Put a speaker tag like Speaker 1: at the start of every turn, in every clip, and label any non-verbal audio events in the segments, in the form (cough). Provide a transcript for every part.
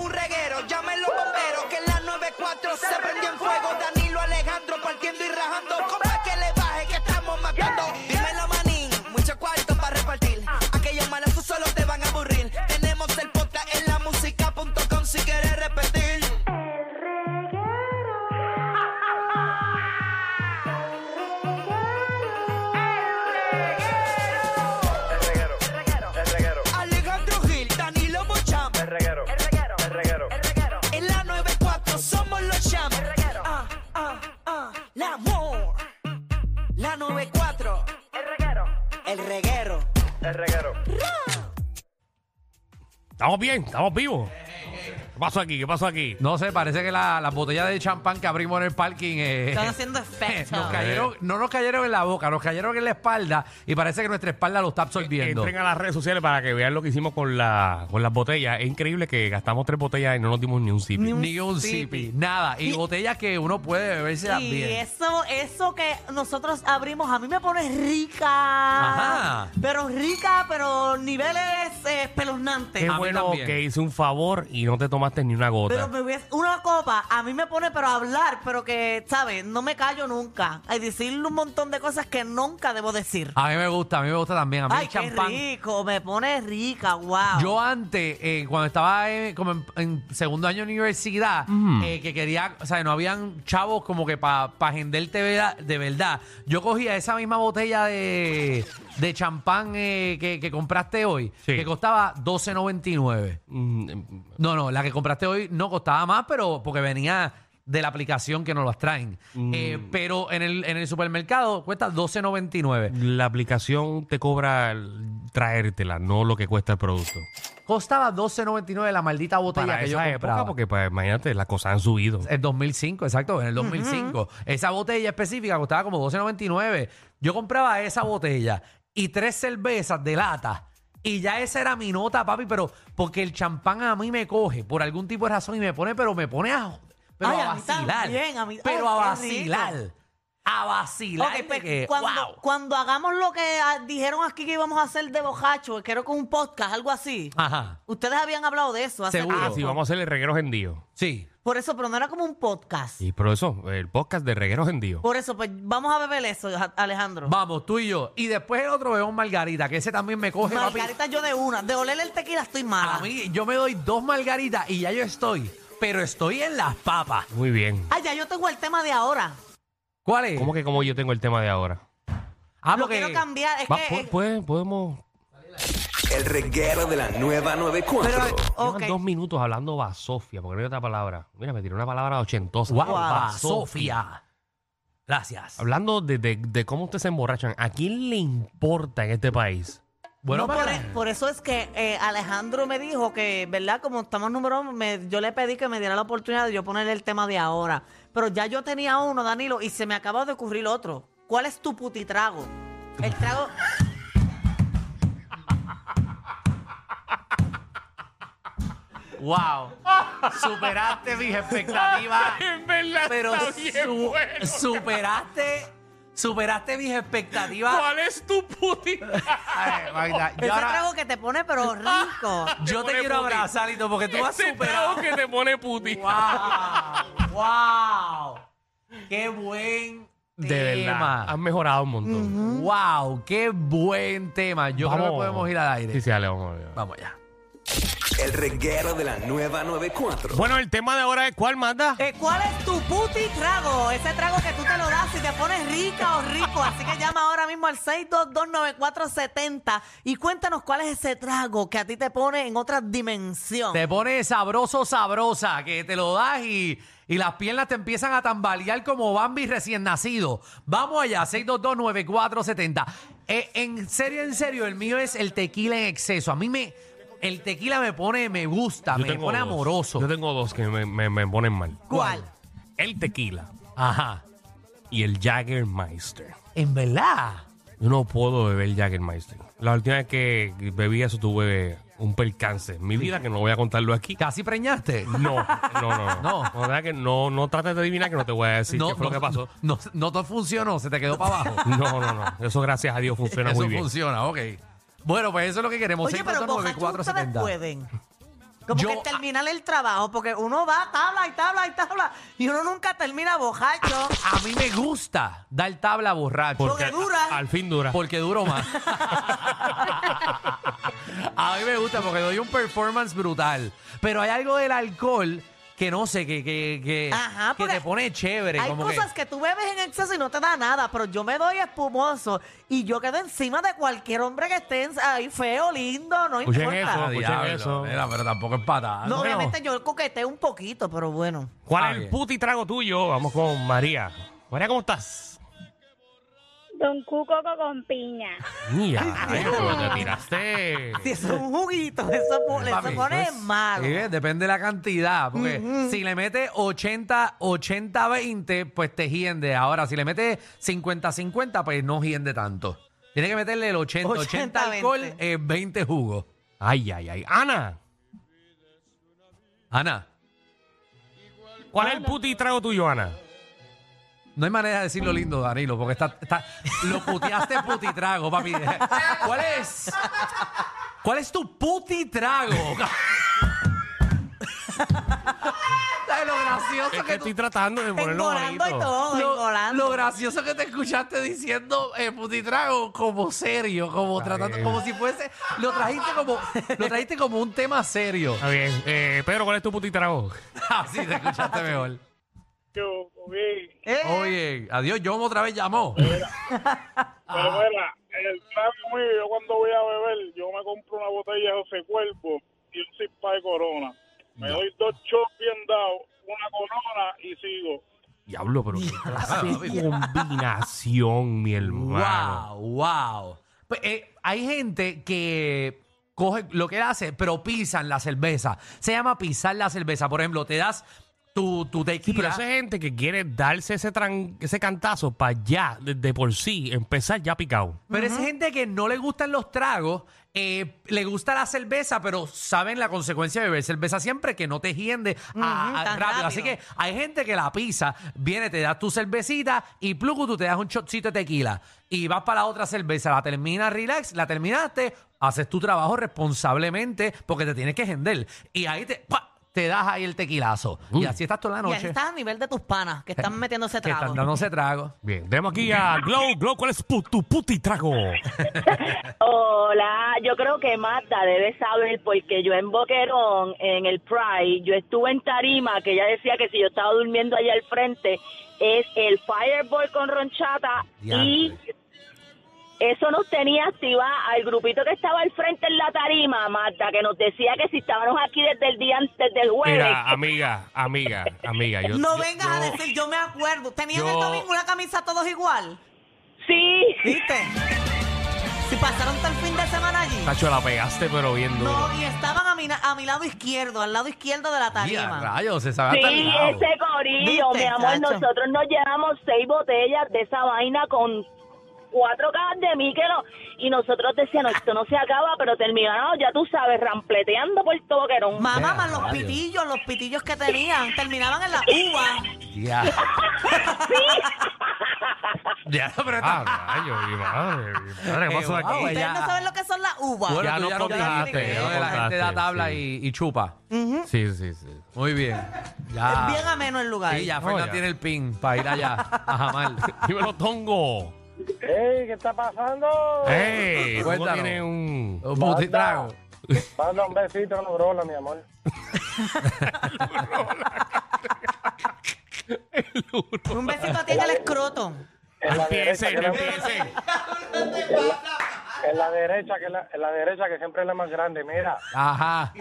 Speaker 1: Un reguero, llamen los bomberos que en la 94 se prendió en fuego. Danilo Alejandro partiendo y rajando. Compa que le baje que estamos matando. Dímelo manín, mucho cuarto para repartir. Aquellos malos tú solo te van a aburrir. Tenemos el podcast en la música.com si quieres repetir. Alejandro Gil, Danilo Bocham. El reguero, el reguero, el reguero. En la 94 somos los champ. El reguero. Ah, ah, ah, la amor. La 94. El reguero. El reguero. El reguero.
Speaker 2: Estamos bien, estamos vivos. ¿Qué pasó aquí? ¿Qué pasó aquí?
Speaker 3: No sé, parece que la- las botellas de champán que abrimos en el parking eh, (laughs)
Speaker 4: Están haciendo efecto.
Speaker 3: nos cayeron, no nos cayeron en la boca, nos cayeron en la espalda y parece que nuestra espalda lo está absorbiendo.
Speaker 2: Entren a las redes sociales para que vean lo que hicimos con, la, con las botellas. Es increíble que gastamos tres botellas y no nos dimos ni un sip.
Speaker 4: Ni un
Speaker 3: Ni un
Speaker 4: sipi.
Speaker 3: sipi, nada. Y botellas que uno puede beberse
Speaker 4: Y
Speaker 3: también.
Speaker 4: eso, eso que nosotros abrimos, a mí me pone rica.
Speaker 3: Ajá.
Speaker 4: Pero rica, pero niveles eh, espeluznantes.
Speaker 2: Qué
Speaker 3: mí
Speaker 2: bueno
Speaker 3: también.
Speaker 2: que hice un favor y no te tomaste ni una gota.
Speaker 4: Pero me hubiese- una copa, a mí me pone pero a hablar, pero que, ¿sabes? No me callo nunca. Y decirle un montón de cosas que nunca debo decir.
Speaker 3: A mí me gusta, a mí me gusta también. A mí
Speaker 4: Ay,
Speaker 3: el
Speaker 4: qué
Speaker 3: champán.
Speaker 4: rico, me pone rica, wow.
Speaker 3: Yo antes, eh, cuando estaba eh, como en, en segundo año de universidad, eh, que quería, o sea, no habían chavos como que para pa venderte vera- de verdad. Yo cogía esa misma botella de, de champán eh, que, que compraste hoy,
Speaker 2: Sí.
Speaker 3: que costaba 12.99.
Speaker 2: Mm,
Speaker 3: No, no, la que compraste hoy no costaba más, pero porque venía de la aplicación que nos las traen. Eh, pero en el, en el supermercado cuesta 12.99.
Speaker 2: la aplicación te cobra el- traértela, no lo que cuesta el producto.
Speaker 3: Costaba 12.99 la maldita botella
Speaker 2: Para
Speaker 3: que yo
Speaker 2: esa
Speaker 3: compraba.
Speaker 2: época, porque pues, imagínate, las cosas han subido.
Speaker 3: El 2005, exacto, en el 2005. Esa botella específica costaba como 12.99. Yo compraba esa botella y tres cervezas de lata. Y ya esa era mi nota, papi, pero porque el champán a mí me coge por algún tipo de razón y me pone, pero me pone a, pero
Speaker 4: Ay,
Speaker 3: a
Speaker 4: a mí
Speaker 3: vacilar.
Speaker 4: también, a mí-
Speaker 3: pero
Speaker 4: ay,
Speaker 3: a
Speaker 4: qué rico.
Speaker 3: vacilar. A vacilar.
Speaker 4: Ok,
Speaker 3: de
Speaker 4: pues,
Speaker 3: que,
Speaker 4: cuando,
Speaker 3: wow.
Speaker 4: cuando hagamos lo que ah, dijeron aquí que íbamos a hacer de bojacho, creo que un podcast, algo así.
Speaker 3: Ajá.
Speaker 4: Ustedes habían hablado de eso hace
Speaker 3: Seguro.
Speaker 2: Ah,
Speaker 4: tiempo.
Speaker 2: sí, vamos a hacerle reguero gendío.
Speaker 3: Sí.
Speaker 4: Por eso, pero no era como un podcast.
Speaker 2: Y por eso, el podcast de reguero gendío.
Speaker 4: Por eso, pues vamos a beber eso, Ja- Alejandro.
Speaker 3: Vamos, tú y yo. Y después el otro veo margarita, que ese también me coge, papi.
Speaker 4: Margarita, yo de una. De oler el tequila estoy mala.
Speaker 3: A mí, yo me doy dos margaritas y ya yo estoy. Pero estoy en las papas.
Speaker 2: Muy bien.
Speaker 4: Ay, ya yo tengo el tema de ahora.
Speaker 3: ¿Cuál es?
Speaker 2: ¿Cómo que como yo tengo el tema de ahora?
Speaker 3: Ah,
Speaker 4: Lo
Speaker 3: porque-
Speaker 4: quiero cambiar. Es
Speaker 2: Va,
Speaker 4: que.
Speaker 2: pu-
Speaker 4: eh,
Speaker 2: puede- podemos
Speaker 5: El reguero de la nueva 94.
Speaker 4: pero, ok.
Speaker 2: Llevan dos minutos hablando basofia, porque no hay otra palabra. Mira, me tiró una palabra ochentosa.
Speaker 3: Guau,
Speaker 4: Guau,
Speaker 3: Sofía. Gracias.
Speaker 2: Hablando de, de- de cómo ustedes se emborrachan, ¿a quién le importa en este país?
Speaker 3: Bueno,
Speaker 4: no,
Speaker 3: para
Speaker 4: por,
Speaker 3: que-
Speaker 4: e- por eso es que eh, Alejandro me dijo que, ¿verdad? Como estamos número uno, me- yo le pedí que me diera la oportunidad de yo poner el tema de ahora. Pero ya yo tenía uno, Danilo, y se me acaba de ocurrir otro. ¿Cuál es tu putitrago? El trago.
Speaker 3: wow. Superaste mis expectativas.
Speaker 2: (laughs) verdad,
Speaker 3: pero su- superaste. Superaste mis expectativas.
Speaker 2: es tu puta?
Speaker 3: Ay, Magda, yo
Speaker 4: Ese
Speaker 3: ahora-
Speaker 4: trago que te pone,
Speaker 3: (laughs)
Speaker 4: pero rico.
Speaker 3: yo te
Speaker 2: pone
Speaker 3: quiero
Speaker 2: puti.
Speaker 3: abrazar, Lito, porque tú has superado.
Speaker 2: que te pone puti.
Speaker 3: ¡Wow! ¡Wow! ¡Qué buen
Speaker 2: De verdad,
Speaker 3: tema!
Speaker 2: has mejorado un montón.
Speaker 3: ¡Wow! ¡Qué buen tema! Yo creo que podemos ir al aire.
Speaker 2: Sí, sí, dale, vamos.
Speaker 3: Vamos allá.
Speaker 5: El reguero de la nueva 94.
Speaker 2: Bueno, el tema de ahora es cuál manda.
Speaker 4: Eh, ¿Cuál es tu puti trago? Ese trago que tú te lo das y te pones rica o rico. Así que llama ahora mismo al 6229470 y cuéntanos cuál es ese trago que a ti te pone en otra dimensión.
Speaker 3: Te pone sabroso, sabrosa, que te lo das y, y las piernas te empiezan a tambalear como Bambi recién nacido. Vamos allá, 6229470. Eh, en serio, en serio, el mío es el tequila en exceso. A mí me... El tequila me pone, me gusta,
Speaker 2: Yo
Speaker 3: me
Speaker 2: tengo
Speaker 3: pone
Speaker 2: dos.
Speaker 3: amoroso.
Speaker 2: Yo tengo dos que me, me- me ponen mal.
Speaker 4: ¿Cuál?
Speaker 2: El tequila
Speaker 3: Ajá.
Speaker 2: y el Jaggermeister.
Speaker 3: En verdad.
Speaker 2: Yo no puedo beber Jaggermeister. La última vez que bebí eso tuve un percance en mi vida que no voy a contarlo aquí.
Speaker 3: ¿Casi preñaste?
Speaker 2: No, no, no.
Speaker 3: No.
Speaker 2: No, no, verdad que no, no trates de adivinar que no te voy a decir qué fue lo que pasó.
Speaker 3: No, no te funcionó, se te quedó para abajo.
Speaker 2: (laughs) No, no, no. Eso gracias a Dios funciona
Speaker 3: eso
Speaker 2: muy bien.
Speaker 3: funciona, ok. Bueno, pues eso es lo que queremos.
Speaker 4: Oye, pero borrachos ustedes
Speaker 3: 6229470.
Speaker 4: pueden. Como
Speaker 3: Yo-
Speaker 4: que terminar el trabajo, porque uno va tabla y tabla y tabla y uno nunca termina bojacho.
Speaker 3: A mí me gusta dar tabla borracho.
Speaker 4: Porque dura.
Speaker 2: Al fin dura.
Speaker 3: Porque
Speaker 4: (laughs)
Speaker 3: duro más. (laughs) a mí me gusta porque doy un performance brutal. Pero hay algo del alcohol que no sé, que, que, que,
Speaker 4: Ajá,
Speaker 3: que
Speaker 4: porque
Speaker 3: te pone chévere.
Speaker 4: Hay
Speaker 3: como
Speaker 4: cosas que... tú bebes en exceso y no te da nada, pero yo me doy espumoso y yo quedo encima de cualquier hombre que esté en- ahí feo, lindo, no
Speaker 2: Escuchen
Speaker 4: importa.
Speaker 2: eso.
Speaker 3: Ah,
Speaker 2: Escuchen
Speaker 3: diablo,
Speaker 2: eso.
Speaker 3: mira, pero tampoco es patada.
Speaker 4: No,
Speaker 3: ¿no?
Speaker 4: obviamente yo coqueteo un poquito, pero bueno.
Speaker 2: ¿Cuál
Speaker 3: Ah,
Speaker 2: es el
Speaker 3: bien.
Speaker 2: puti trago tuyo? Vamos con María. María, ¿cómo estás?
Speaker 6: Don Cucoco con piña.
Speaker 2: Mira, ay, pero te tiraste.
Speaker 4: Si es un juguito, (laughs) eso, po-
Speaker 3: Papi,
Speaker 4: eso pone
Speaker 3: eso es-
Speaker 4: malo.
Speaker 3: Sí, bien, Eh, depende de la cantidad. Porque si le metes 80, 80, 20, pues te hiende. Ahora, si le metes 50, 50, pues no hiende tanto. Tiene que meterle el 80, 80,
Speaker 4: 80,
Speaker 3: alcohol,
Speaker 4: 20.
Speaker 3: eh, 20 jugo.
Speaker 2: Ay, ay, ay. Ana,
Speaker 3: Ana,
Speaker 2: ¿cuál es el puti trago tuyo, Ana?
Speaker 3: no hay manera de decirlo lindo, Danilo, porque está, está- lo puteaste putitrago, papi. ¿Cuál es? ¿Cuál es tu putitrago? (laughs) ¿Sabes lo gracioso
Speaker 2: Es
Speaker 3: que
Speaker 2: que
Speaker 3: tú-
Speaker 2: estoy tratando de ponerlo
Speaker 4: Engolando y
Speaker 2: bonito.
Speaker 4: todo,
Speaker 3: lo,
Speaker 4: engolando.
Speaker 3: lo gracioso que te escuchaste diciendo eh, putitrago como serio, como
Speaker 2: Está
Speaker 3: tratando,
Speaker 2: bien.
Speaker 3: como si fuese, lo trajiste como, lo trajiste como un tema serio. (laughs)
Speaker 2: Está bien. Eh, Pedro, ¿cuál es tu puti trago?
Speaker 3: Así te escuchaste mejor.
Speaker 6: Yo, oye,
Speaker 4: Eh,
Speaker 3: Oye, adiós, John otra vez llamó.
Speaker 6: pero mira, el trago mío, yo cuando voy a beber, yo me compro una botella de José Cuervo y un cispa de corona. Me doy dos shots bien dados, una corona y sigo.
Speaker 2: Diablo, pero qué clase
Speaker 3: papi.
Speaker 2: de combinación, mi hermano.
Speaker 3: Wow, wow. Pues, eh, hay gente que coge lo que él hace, pero pisan la cerveza. Se llama pisar la cerveza. Por ejemplo, te das tu, tu
Speaker 2: Sí, pero
Speaker 3: tequila.
Speaker 2: esa gente que quiere darse ese, tran- ese cantazo para ya, de, de por sí, empezar ya picado.
Speaker 3: Pero es gente que no le gustan los tragos, eh, le gusta la cerveza, pero saben la consecuencia de beber cerveza siempre que no te hiende a- a-
Speaker 4: Ujú, tan
Speaker 3: rápido. Así
Speaker 4: rápido.
Speaker 3: que hay gente que la pisa, viene, te das tu cervecita y pluco, tú te das un shotcito de tequila y vas para la otra cerveza, la terminas relax, la terminaste, haces tu trabajo responsablemente porque te tienes que hender. Y ahí te, ¡pa! te das ahí el tequilazo. Y
Speaker 2: Uy.
Speaker 3: así estás toda la
Speaker 4: y ahí
Speaker 3: noche.
Speaker 4: estás a nivel de tus panas que están metiéndose
Speaker 3: Que están
Speaker 4: trago.
Speaker 3: dándose trago.
Speaker 2: Bien, tenemos aquí a Glow. Glow, ¿cuál es pu- tu puti trago?
Speaker 6: Hola, yo creo que Marta debe saber porque yo en Boquerón, en el Pride, yo estuve en Tarima, que ella decía que si yo estaba durmiendo allá al frente, es el Fireball con ronchata y
Speaker 3: Diantre.
Speaker 6: Eso nos tenía activa al grupito que estaba al frente en la tarima, Marta, que nos decía que si estábamos aquí desde el día antes del jueves.
Speaker 2: Mira, amiga, amiga, amiga. Yo,
Speaker 4: no
Speaker 2: yo-
Speaker 4: vengas a
Speaker 2: yo-
Speaker 4: decir, yo me acuerdo. Tenían
Speaker 2: yo-
Speaker 4: el domingo una camisa todos igual.
Speaker 6: Sí,
Speaker 4: ¿Viste? Si pasaron todo el fin de semana allí.
Speaker 2: Nacho, la pegaste, pero bien duro.
Speaker 4: No, y estaban a mi, na- a mi lado izquierdo, al lado izquierdo de la
Speaker 3: Ya,
Speaker 4: tarima.
Speaker 3: rayos, se sabe hasta el
Speaker 6: sí,
Speaker 3: lado.
Speaker 6: ese corillo,
Speaker 4: ¿Viste,
Speaker 6: mi amor,
Speaker 4: Sacho?
Speaker 6: nosotros nos llevamos seis botellas de esa vaina con cuatro cajas de míquelo y nosotros decíamos, esto no se acaba, pero terminaron, ya tú sabes, rampleteando por todo Boquerón.
Speaker 4: Mamá,
Speaker 3: Ya,
Speaker 4: más los
Speaker 3: rayos.
Speaker 4: pitillos, los pitillos que tenían, terminaban en la uva.
Speaker 3: Ya. (laughs) ya, pero está-
Speaker 2: Ah, rayos, mi madre, mi madre, ¿qué
Speaker 3: Eh,
Speaker 2: pasó
Speaker 3: wow,
Speaker 2: aquí?
Speaker 3: eh.
Speaker 4: Ustedes
Speaker 3: Ya.
Speaker 4: no saben lo que son las uvas.
Speaker 3: Bueno,
Speaker 2: Ya
Speaker 3: tú
Speaker 2: no
Speaker 3: ya no
Speaker 2: contaste,
Speaker 3: contaste,
Speaker 2: ya no
Speaker 3: lo de la
Speaker 2: contaste,
Speaker 3: gente da tabla
Speaker 2: sí.
Speaker 3: y, y chupa.
Speaker 4: Mm.
Speaker 2: Sí, sí, sí.
Speaker 3: Muy bien. Ya.
Speaker 4: Bien ameno el lugar.
Speaker 3: Sí, ya
Speaker 2: No,
Speaker 3: Fernan
Speaker 2: ya.
Speaker 3: tiene el pin para ir allá a
Speaker 2: (laughs)
Speaker 3: Jamal.
Speaker 2: Dímelo, Tongo.
Speaker 6: Ey, ¿qué está pasando?
Speaker 2: ¡Ey! Tongo
Speaker 3: Cuéntanos.
Speaker 2: tiene un...
Speaker 3: Un putitrago.
Speaker 7: Manda un besito a Norola, mi amor.
Speaker 6: Un besito a ti en el escroto.
Speaker 7: En la derecha,
Speaker 2: Empiecen,
Speaker 7: que es
Speaker 2: empiecen.
Speaker 7: la, en la derecha, que es la, en la derecha, que siempre es la más grande. Mira,
Speaker 3: Ajá.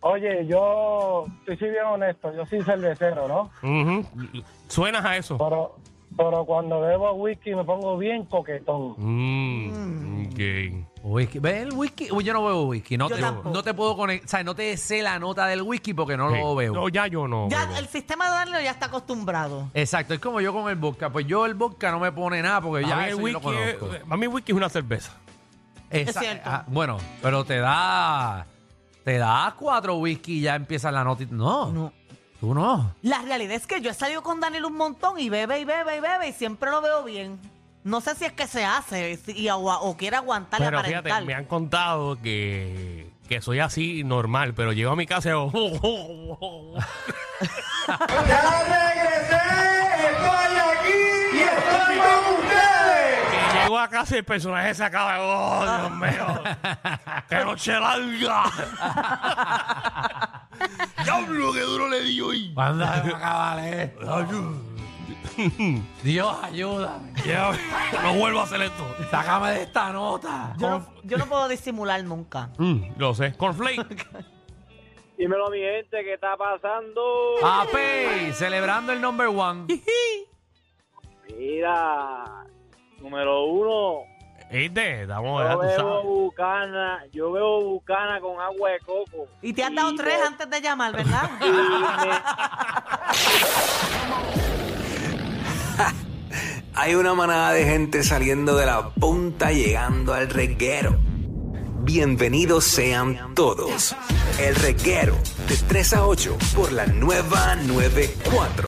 Speaker 7: oye, yo estoy sí bien honesto, yo soy cervecero, ¿no?
Speaker 2: Ujú. Suenas a eso.
Speaker 7: Pero, pero cuando bebo whisky me pongo bien coquetón.
Speaker 2: Mm, ok.
Speaker 3: Whisky. ¿Ves el whisky? Uy, yo no bebo whisky. No,
Speaker 6: Yo
Speaker 3: te,
Speaker 6: tampoco.
Speaker 3: no te puedo conectar. O sea, no te sé la nota del whisky porque no lo
Speaker 2: Sí.
Speaker 3: bebo.
Speaker 2: No, ya yo no.
Speaker 6: Ya
Speaker 2: bebo.
Speaker 6: el sistema de Danilo ya está acostumbrado.
Speaker 3: Exacto, es como yo con el vodka. Pues yo el vodka no me pone nada porque
Speaker 2: A
Speaker 3: ya
Speaker 2: mí
Speaker 3: eso
Speaker 2: el
Speaker 3: yo lo
Speaker 2: whisky es- eh,
Speaker 3: conozco.
Speaker 2: a mí el whisky es una cerveza.
Speaker 3: Esa-
Speaker 6: Es cierto.
Speaker 3: ah, bueno, pero te da. Te da cuatro whisky y ya empieza la nota. y- No,
Speaker 6: No.
Speaker 3: tú no.
Speaker 6: La realidad es que yo he salido con Danilo un montón y bebe y bebe y bebe y siempre lo veo bien. No sé si es que se hace si- y agua- o quiere aguantar y
Speaker 2: Pero
Speaker 6: aparentar.
Speaker 2: fíjate, me han contado que, que soy así normal, pero llego a mi casa y hago, (laughs) "Oh,
Speaker 8: Ya regresé, estoy aquí y estoy con ustedes.
Speaker 2: que llego a casa y el personaje se acaba. ¡Oh, Dios mío! ¡Qué noche larga! ¡Diablo, qué duro le di hoy!
Speaker 3: Anda, cabale. Dios, ayúdame.
Speaker 2: Ya, No vuelvo a hacer esto.
Speaker 3: Sácame de esta nota.
Speaker 6: Yo no, yo no puedo disimular
Speaker 2: (laughs)
Speaker 6: nunca.
Speaker 2: Mm, lo sé. Cornflake.
Speaker 7: Dímelo, mi gente, ¿qué está pasando?
Speaker 3: Ape, celebrando el number one.
Speaker 7: Mira, número uno,
Speaker 2: ¿Viste? Este, Estamos, ya
Speaker 7: yo
Speaker 2: tú
Speaker 7: bebo
Speaker 2: sabes.
Speaker 7: bucana, yo bebo bucana con agua de coco.
Speaker 6: Y te has dado tres
Speaker 7: me-
Speaker 6: antes de llamar, ¿verdad? (laughs)
Speaker 4: Hay una manada de gente saliendo de la punta llegando al reguero. Bienvenidos sean todos. El reguero de 3 a 8 por la nueva 94.